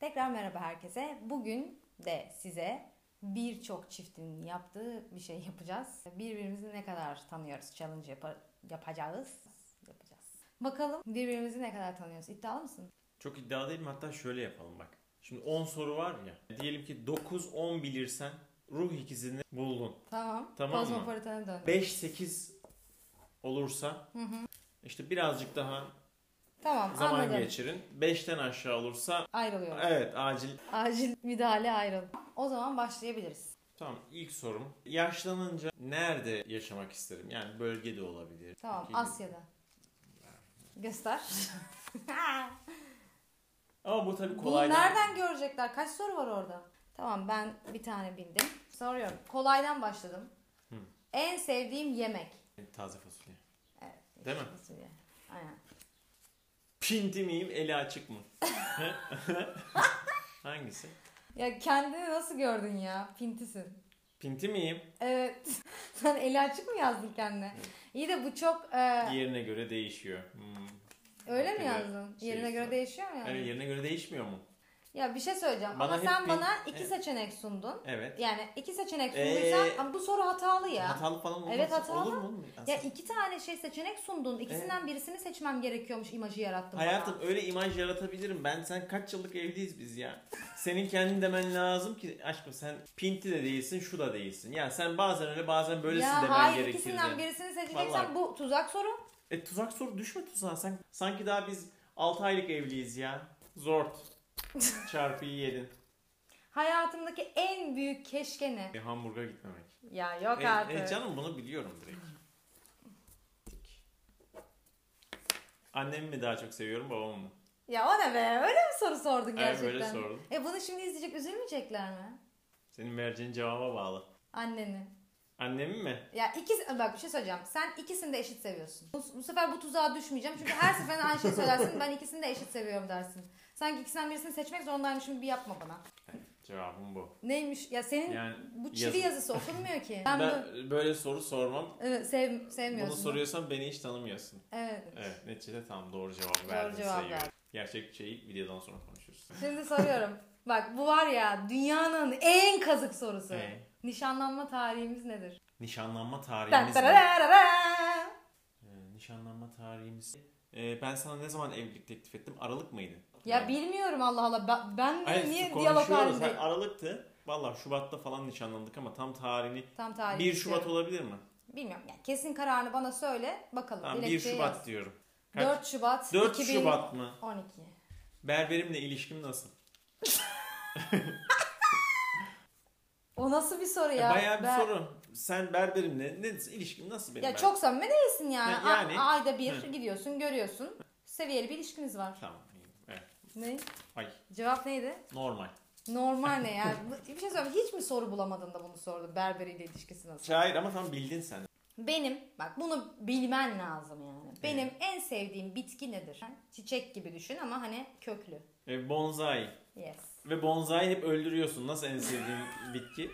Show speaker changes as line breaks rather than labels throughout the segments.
Tekrar merhaba herkese. Bugün de size birçok çiftin yaptığı bir şey yapacağız. Birbirimizi ne kadar tanıyoruz challenge yapa- yapacağız. Yapacağız. Bakalım birbirimizi ne kadar tanıyoruz. İddialı mısın?
Çok iddia değilim hatta şöyle yapalım bak. Şimdi 10 soru var ya. Diyelim ki 9-10 bilirsen ruh ikizini buldun.
Tamam.
Tamam mı?
Kozmopolitana döndüm.
5-8 olursa işte birazcık daha
tamam
zaman
anladım.
geçirin. 5'ten aşağı olursa
Ayrılıyorum.
evet acil.
Acil müdahale ayrıl. O zaman başlayabiliriz.
Tamam ilk sorum. Yaşlanınca nerede yaşamak isterim? Yani bölge de olabilir.
Tamam
Ülke-
Asya'da. Göster.
Ama bu tabii
Bunu
kolay değil.
nereden görecekler? Kaç soru var orada? Tamam ben bir tane bildim. Soruyorum. Kolaydan başladım.
Hı.
En sevdiğim yemek.
Taze fasulye.
Evet.
Değil mi?
yeşil fasulye. Aynen.
Pinti miyim eli açık mı? Hangisi?
Ya kendini nasıl gördün ya? Pintisin.
Pinti miyim?
Evet. Sen eli açık mı yazdın kendine? İyi de bu çok... e,
Yerine göre değişiyor. Hmm.
öyle mi
Hakikaten
yazdın?
şey
Yerine göre
istiyor.
değişiyor mu yani?
Yani yerine göre değişmiyor mu?
Ya bir şey söyleyeceğim.
Bana
Ama
hep
sen
pin-
bana iki
Evet.
seçenek sundun.
Evet.
Yani iki seçenek sunduysan...
Ee,
Ama bu soru hatalı ya.
Hatalı falan olmaz.
Evet, hatalı.
Olur mu? oğlum?
Ya
Aslında-
iki tane şey seçenek sundun. İkisinden birisini seçmem gerekiyormuş imajı yarattım
Hayatım
bana.
öyle imaj yaratabilirim. Ben sen kaç yıllık evliyiz biz ya. Senin kendin demen lazım ki aşkım sen pinti de değilsin şu da değilsin. Ya sen bazen öyle bazen böylesin
ya
demen
hayır
gerekir.
ikisinden
yani.
birisini seçeceksen
Vallahi.
bu tuzak soru.
E tuzak soru düşme tuzağa sen. Sanki daha biz 6 aylık evliyiz ya. Zort. Çarpıyı yedin.
Hayatımdaki en büyük keşke ne?
E, Hamburg'a gitmemek.
Ya yok
E,
artık.
e, canım bunu biliyorum direkt. Annemi mi daha çok seviyorum babamı mı?
Ya o ne be? Öyle mi soru sordun
Evet
gerçekten?
böyle sordum.
E bunu şimdi izleyecek üzülmeyecekler mi?
Senin vereceğin cevaba bağlı.
Anneni.
Annemi mi?
Ya ikisi bak bir şey söyleyeceğim. Sen ikisini de eşit seviyorsun. Bu, bu sefer bu tuzağa düşmeyeceğim. Çünkü her seferinde aynı şeyi söylersin. Ben ikisini de eşit seviyorum dersin. Sanki ikisinden birisini seçmek zorundaymışım bir yapma bana.
Cevabım bu.
Neymiş? Ya senin
Yani
Bu çivi
yazı-
yazısı okunmuyor ki. Ben,
Ben,
bu-
böyle soru sormam.
evet, sev, sevmiyorsun.
Bunu soruyorsan beni hiç tanımıyorsun.
Evet.
Evet neticede tam doğru cevap
Doğru
verdin
cevap
sayıyorum.
ver.
Gerçek şeyi videodan sonra konuşuruz.
Şimdi soruyorum. Bak bu var ya dünyanın en kazık sorusu.
Ee,
Nişanlanma tarihimiz nedir?
nişanlanma
Tan
tarihimiz mi?
tarararara.
Ee, nişanlanma tarihimiz. Ee, ben sana ne zaman evlilik teklif ettim? Aralık mıydı?
Ya
Yani-
bilmiyorum Allah Allah. Ben, ben
Hayır,
Hani niye diyalog
konuşuyoruz. Hayır,
halindeyim?
Aralık'tı. Valla Şubat'ta falan nişanlandık ama tam tarihini
Tam tarih.
1
istiyorum.
Şubat olabilir mi?
Bilmiyorum. Yani kesin kararını bana söyle. Bakalım.
Tamam 1
Dilekçeyi
Şubat
yaz.
diyorum. Kaç?
4 Şubat
4
2012.
Şubat mı? Berberimle ilişkim nasıl?
O nasıl bir soru ya?
Ya, E, Bayağı bir
Ben-
soru. Sen berberimle ne ilişkim nasıl benim?
Ya
ben-
çok samimi değilsin yani.
Ya yani-
A- ayda bir
Hı.
gidiyorsun, görüyorsun. Seviyeli bir ilişkiniz var.
Tamam. iyi. Evet.
Ne?
Ay
Cevap neydi?
normal.
Normal ne yani? Bu- Bir şey söyleyeyim. Hiç mi soru bulamadın da bunu sordun? Berberiyle ilişkisi nasıl?
Şair ama tam bildin sen.
Benim, bak bunu bilmen lazım yani. Benim en sevdiğim bitki nedir? Çiçek gibi düşün ama hani köklü.
E, bonzai.
Yes.
Ve bonzai hep öldürüyorsun. Nasıl en sevdiğin bitki?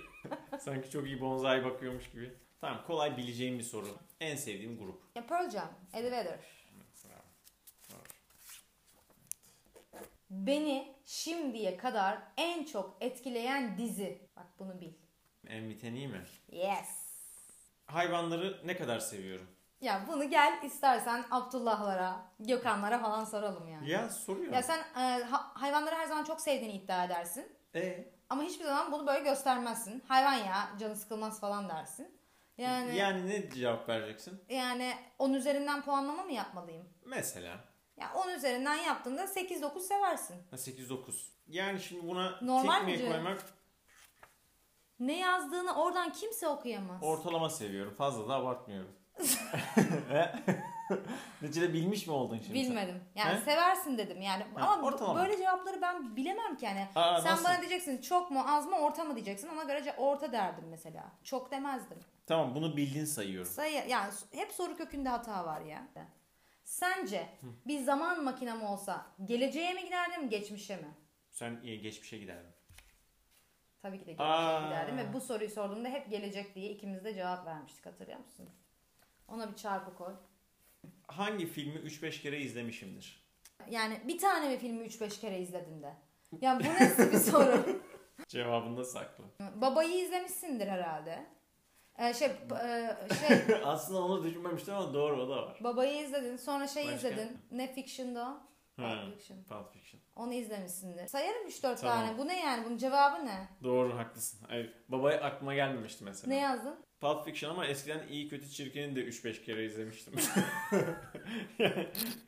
Sanki çok iyi bonzai bakıyormuş gibi. Tamam kolay bileceğim bir soru. En sevdiğim grup.
Ya Pearl Jam, Eddie Vedder. Beni şimdiye kadar en çok etkileyen dizi. Bak bunu bil.
En biteni mi?
Yes.
Hayvanları ne kadar seviyorum?
Ya bunu gel istersen Abdullah'lara, Gökhan'lara falan soralım yani.
Ya soruyor.
Ya sen e, ha- hayvanları her zaman çok sevdiğini iddia edersin.
E,
Ama hiçbir zaman bunu böyle göstermezsin. Hayvan ya canı sıkılmaz falan dersin. Yani yani,
yani... ne cevap vereceksin?
10 üzerinden puanlama mı yapmalıyım?
Mesela
Ya 10 üzerinden yaptığında 8-9 seversin.
8-9. Yani şimdi buna
Normal mi
tekmeye
cevap?
koymak
Ne yazdığını oradan kimse okuyamaz.
ortalama seviyorum. Fazla da abartmıyorum. Neticede bilmiş mi oldun şimdi sen?
Bilmedim. Yani
He?
seversin dedim. Yani
Ha,
ama bu-
ortalama.
böyle cevapları ben bilemem ki yani.
Aa,
Sen
nasıl?
bana diyeceksin çok mu az mı orta mı diyeceksin. Ona göre ce- orta derdim mesela. Çok demezdim.
Tamam bunu bildin sayıyorum.
Sayı yani s- hep soru kökünde hata var ya. Sence bir zaman makinem olsa geleceğe mi giderdim, geçmişe mi?
Sen iyi geçmişe giderdin.
Tabii ki de
Aa.
geleceğe giderdim ve bu soruyu sorduğumda hep gelecek diye ikimiz de cevap vermiştik hatırlıyor musun? Ona bir çarpı koy.
Hangi filmi 3-5 kere izlemişimdir?
Yani bir tane mi filmi 3-5 kere izledin de? Ya bu nasıl bir soru?
Cevabında saklı.
Babayı izlemişsindir herhalde. Ee, şey, e, şey
Aslında onu düşünmemiştim ama doğru o da var.
babayı izledin sonra şey
Başka?
izledin. Ne Fiction'da o?
Ha.
Pulp Fiction.
Pulp Fiction.
Onu izlemişsindir. Sayarım 3-4
Tamam.
tane. Bu ne yani? Bunun cevabı ne?
Doğru haklısın. Ay, babaya aklıma gelmemişti mesela.
Ne yazdın?
Pulp Fiction ama eskiden iyi kötü çirkini de 3-5 kere izlemiştim.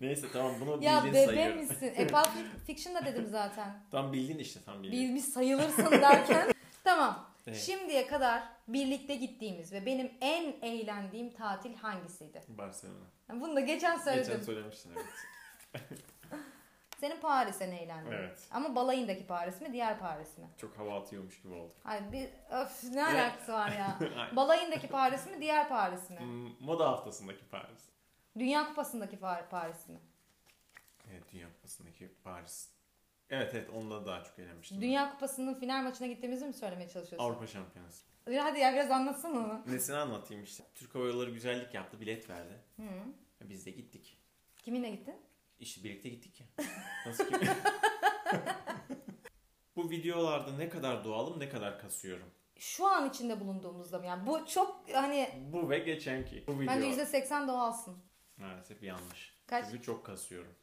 Neyse tamam bunu
Ya
bildiğin
bebe
sayıyorum.
misin? E Pulp Fiction da dedim zaten.
Tam bildiğin işte Ee, tam bildiğin.
Bilmiş sayılırsın derken. tamam.
Evet.
Şimdiye kadar birlikte gittiğimiz ve benim en eğlendiğim tatil hangisiydi?
Barcelona.
Bunu da geçen söyledim.
Geçen söylemiştin evet.
Senin Paris'e ne eğlendin?
evet.
Ama balayındaki Paris mi, diğer Paris mi?
Çok hava atıyormuş gibi oldu.
Ay bir öf ne alakası var ya?
Ay,
Balayındaki Paris mi, diğer Paris mi?
m- Hmm, Moda haftasındaki Paris.
Dünya Kupası'ndaki Fa- Paris mi?
Evet Dünya Kupası'ndaki Paris. Evet evet onunla daha çok eğlenmiştim.
Dünya Kupası'nın final maçına gittiğimizi mi söylemeye çalışıyorsun?
Avrupa Şampiyonası.
Bir Hadi ya biraz anlatsana onu.
Nesini anlatayım işte. Türk Hava Yolları güzellik yaptı, bilet verdi.
Hı.
Biz de gittik.
Kiminle gittin?
İşte birlikte gittik ya. Nasıl ki? Bu videolarda ne kadar doğalım ne kadar kasıyorum.
Şu an içinde bulunduğumuzda mı? Yani bu çok hani
Bu ve geçenki. Bu video.
bence %80 doğalsın.
Maalesef yanlış.
Kaç?
Çünkü çok kasıyorum.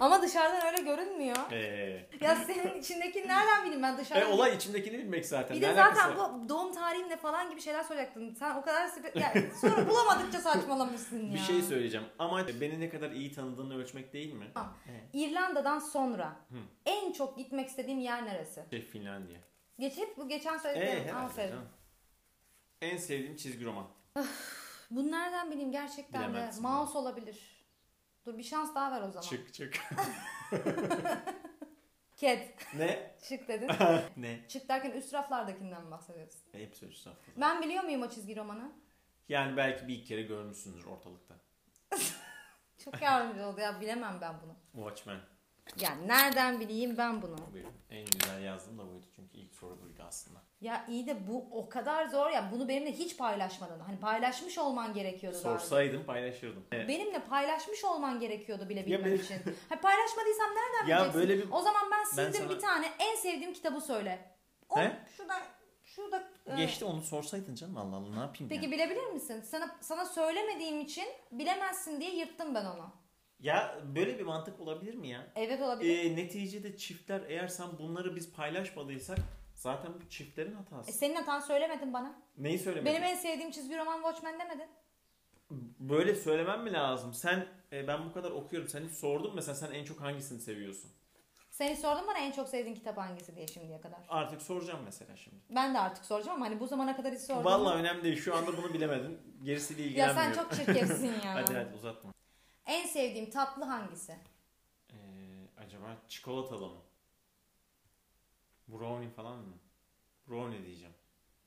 Ama dışarıdan öyle görünmüyor.
Eee.
Ya senin içindeki nereden bileyim ben
E,
dışarıdan?
olay içimdekini bilmek zaten.
Bir de
Ne
zaten
alakası var?
bu doğum tarihinle falan gibi şeyler soracaktın. Sen o kadar spe- ya, soru bulamadıkça saçmalamışsın ya.
Bir şey söyleyeceğim. Ama beni ne kadar iyi tanıdığını ölçmek değil mi?
Ha.
Evet.
İrlanda'dan sonra
Hı.
en çok gitmek istediğim yer neresi?
Şey Finlandiya.
Geç hep bu geçen
Ee,
söylediğim.
herhalde
Aferin.
canım. En sevdiğim çizgi roman.
Bunu nereden bileyim gerçekten
Bilemezsin
de. Mouse olabilir. Dur bir şans daha ver o zaman.
Çık çık.
Cat.
ne?
Çık dedin.
Ne?
Çık derken üst raflardakinden mi bahsediyorsun?
Hepsi üç safhada.
Ben biliyor muyum o çizgi romanı?
Yani belki bir iki kere görmüşsündür ortalıkta.
Çok yardımcı oldu ya bilemem ben bunu.
Watchmen.
Yani nereden bileyim ben bunu?
Buyurun. En güzel yazdığım da buydu çünkü ilk soru buydu aslında.
Ya iyi de bu o kadar zor ya. Bunu benimle hiç paylaşmadın. Hani paylaşmış olman gerekiyordu daha önce.
Sorsaydım paylaşırdım. Ee, Evet.
Benimle paylaşmış olman gerekiyordu bile bilmem
ben-
için. Ha, paylaşmadıysam nereden
Ya
bileceksin?
böyle bir-
O zaman ben
Ben
sildim
sana-
bir tane en sevdiğim kitabı söyle. O
He?
şurada şurada e,
Geçti onu sorsaydın canım Allah Allah ne yapayım
Peki
ya.
bilebilir misin? Sana sana söylemediğim için bilemezsin diye yırttım ben onu.
Ya böyle bir mantık olabilir mi ya?
Evet olabilir.
Ee, neticede çiftler eğer sen bunları biz paylaşmadıysak zaten bu çiftlerin hatası.
E, senin hatan söylemedin bana.
Neyi söylemedin?
Benim en sevdiğim çizgi roman Watchmen demedin.
Böyle söylemem mi lazım? Sen e, ben bu kadar okuyorum. Sen hiç sordun mesela sen en çok hangisini seviyorsun?
Seni sordum bana en çok sevdiğin kitap hangisi diye şimdiye kadar.
Artık soracağım mesela şimdi.
Ben de artık soracağım ama hani bu zamana kadar hiç sordum.
Vallahi önemli değil. Şu anda bunu bilemedin. Gerisiyle
Ya
ilgilenmiyorum.
sen çok çirkefsin ya.
Hadi hadi uzatma.
En sevdiğim tatlı hangisi?
Ee, acaba çikolatalı mı? Brownie falan mı? Brownie diyeceğim.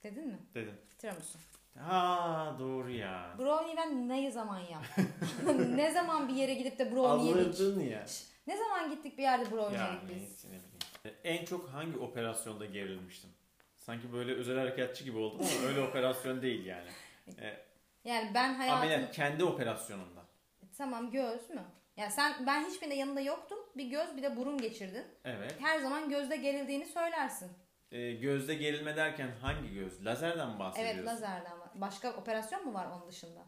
Dedin mi?
Dedim.
Tiramisu.
Ha doğru ya.
Brownie ben ne zaman yaptım? ne zaman bir yere gidip de brownie yedik?
Alırdın ya.
Şş, Ne zaman gittik bir yerde brownie
Ya
yedik biz?
neyse ne bileyim. En çok hangi operasyonda gerilmiştim? Sanki böyle özel harekatçı gibi oldum ama öyle operasyon değil yani.
Yani ben hayatım...
Ameliyat kendi operasyonumda.
Tamam göz mü? Ya sen ben hiçbirinde yanında yoktum. Bir göz bir de burun geçirdin.
Evet.
Her zaman gözde gerildiğini söylersin.
Ee, gözde gerilme derken hangi göz? Lazerden mi bahsediyorsun?
Evet lazerden ama başka operasyon mu var onun dışında?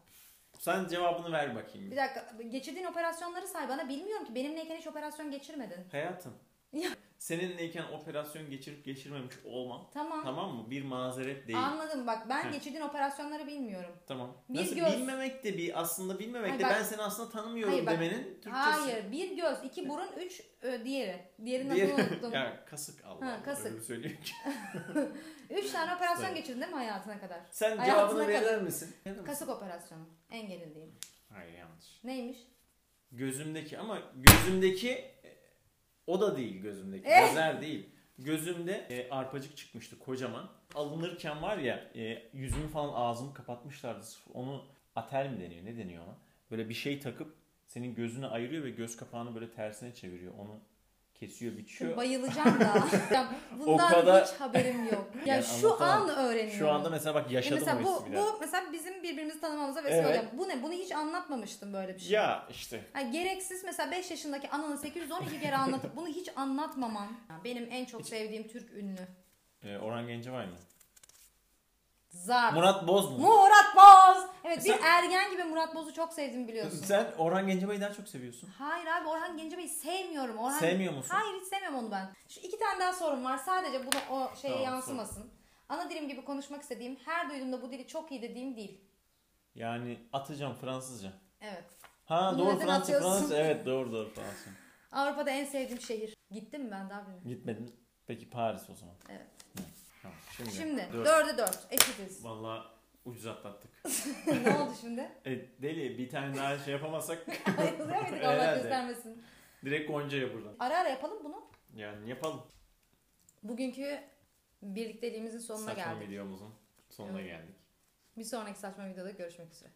Sen cevabını ver bakayım.
Bir
bir.
dakika geçirdiğin operasyonları say bana bilmiyorum ki benimleyken hiç operasyon geçirmedin.
Hayatım.
Ya.
Seninleyken operasyon geçirip geçirmemiş olmam.
Tamam.
Tamam mı? Bir mazeret değil.
Anladım bak ben
Heh.
geçirdiğin operasyonları bilmiyorum.
Tamam.
Bir
Nasıl
göz.
bilmemek de bir aslında bilmemek
Hayır,
de
bak-
ben seni aslında tanımıyorum
Hayır, bak-
demenin Türkçesi.
Hayır bir göz iki burun üç ö, diğeri. Diğerini
Diğer-
adını unuttum.
ya kasık Allah.
Ha,
Allah,
kasık.
öyle söyleyeyim ki.
Üç tane operasyon
Evet.
geçirdin değil mi hayatına kadar?
Sen
Hayatına
cevabını
kadar.
verir misin? Verir misin?
Kasık operasyonu en gerildiğim.
Hayır yanlış.
Neymiş?
Gözümdeki ama gözümdeki e, o da değil gözümdeki.
Eh!
Lazer değil. Gözümde e, arpacık çıkmıştı kocaman. Alınırken var ya e, yüzümü falan ağzımı kapatmışlardı. Sırf Onu atel mi deniyor ne deniyor ona? Böyle bir şey takıp senin gözünü ayırıyor ve göz kapağını böyle tersine çeviriyor. Onu Kesiyor biçiyor.
Bayılacağım da. Ya Bundan
kadar-
hiç haberim yok. Ya
Yani
şu an
anlatamam.
öğreniyorum.
Şu anda mesela bak
Ya
yaşadım
E, mesela
o
bu,
hissi bir daha.
bu mesela bizim birbirimizi tanımamıza vesile
Evet.
olacak. Bu ne? Bunu hiç anlatmamıştım böyle bir şey.
Ya işte
Ha, gereksiz mesela 5 yaşındaki ananı 812 kere anlatıp bunu hiç anlatmaman. Ya Benim en çok sevdiğim Türk ünlü.
e, Orhan Gencebay mı?
Zar.
Murat Boz mu?
Murat Boz. Evet bir
Sen-
ergen gibi Murat Boz'u çok sevdim biliyorsun.
Sen Orhan Gencebay'ı daha çok seviyorsun.
Hayır abi Orhan Gencebay'ı sevmiyorum. Orhan...
Sevmiyor musun?
Hayır hiç sevmiyorum onu ben. Şu iki tane daha sorum var. Sadece bu da o şeye
Tamam, sor.
yansımasın. Ana dilim gibi konuşmak istediğim, her duyduğumda bu dili çok iyi dediğim dil.
Yani atacağım Fransızca.
Evet.
Ha
Bunu
doğru
neden
Fransız
atıyorsun?
Fransız evet doğru doğru Fransız.
Avrupa'da en sevdiğim şehir. Gittim mi ben Dublin'e?
Gitmedin. Peki Paris o zaman.
Evet.
Hı, Tamam. Şimdi,
Şimdi
Dur.
dörde dört. Eşitiz.
Vallahi ucuz atlattık.
ne oldu şimdi?
E, deli bir tane daha şey yapamazsak
Ayrılıyor muyduk Allah
Herhalde.
göstermesin.
direkt Gonca'ya buradan.
Ara ara yapalım bunu.
Yani yapalım.
Bugünkü birlikteliğimizin sonuna
Saçma
geldik.
videomuzun sonuna
Evet.
geldik.
Bir sonraki saçma videoda görüşmek üzere.